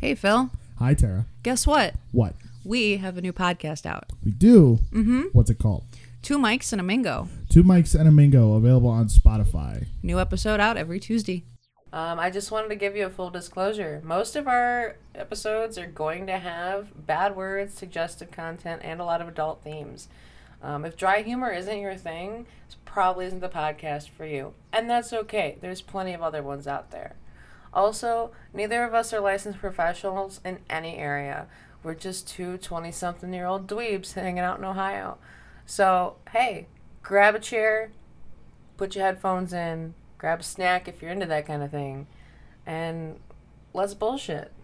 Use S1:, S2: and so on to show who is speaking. S1: Hey, Phil.
S2: Hi, Tara.
S1: Guess what?
S2: What?
S1: We have a new podcast out.
S2: We do. Mm-hmm. What's it called?
S1: Two Mics and a Mingo.
S2: Two Mics and a Mingo, available on Spotify.
S1: New episode out every Tuesday. Um, I just wanted to give you a full disclosure. Most of our episodes are going to have bad words, suggestive content, and a lot of adult themes. Um, if dry humor isn't your thing, this probably isn't the podcast for you. And that's okay, there's plenty of other ones out there. Also, neither of us are licensed professionals in any area. We're just two 20 something year old dweebs hanging out in Ohio. So, hey, grab a chair, put your headphones in, grab a snack if you're into that kind of thing, and let's bullshit.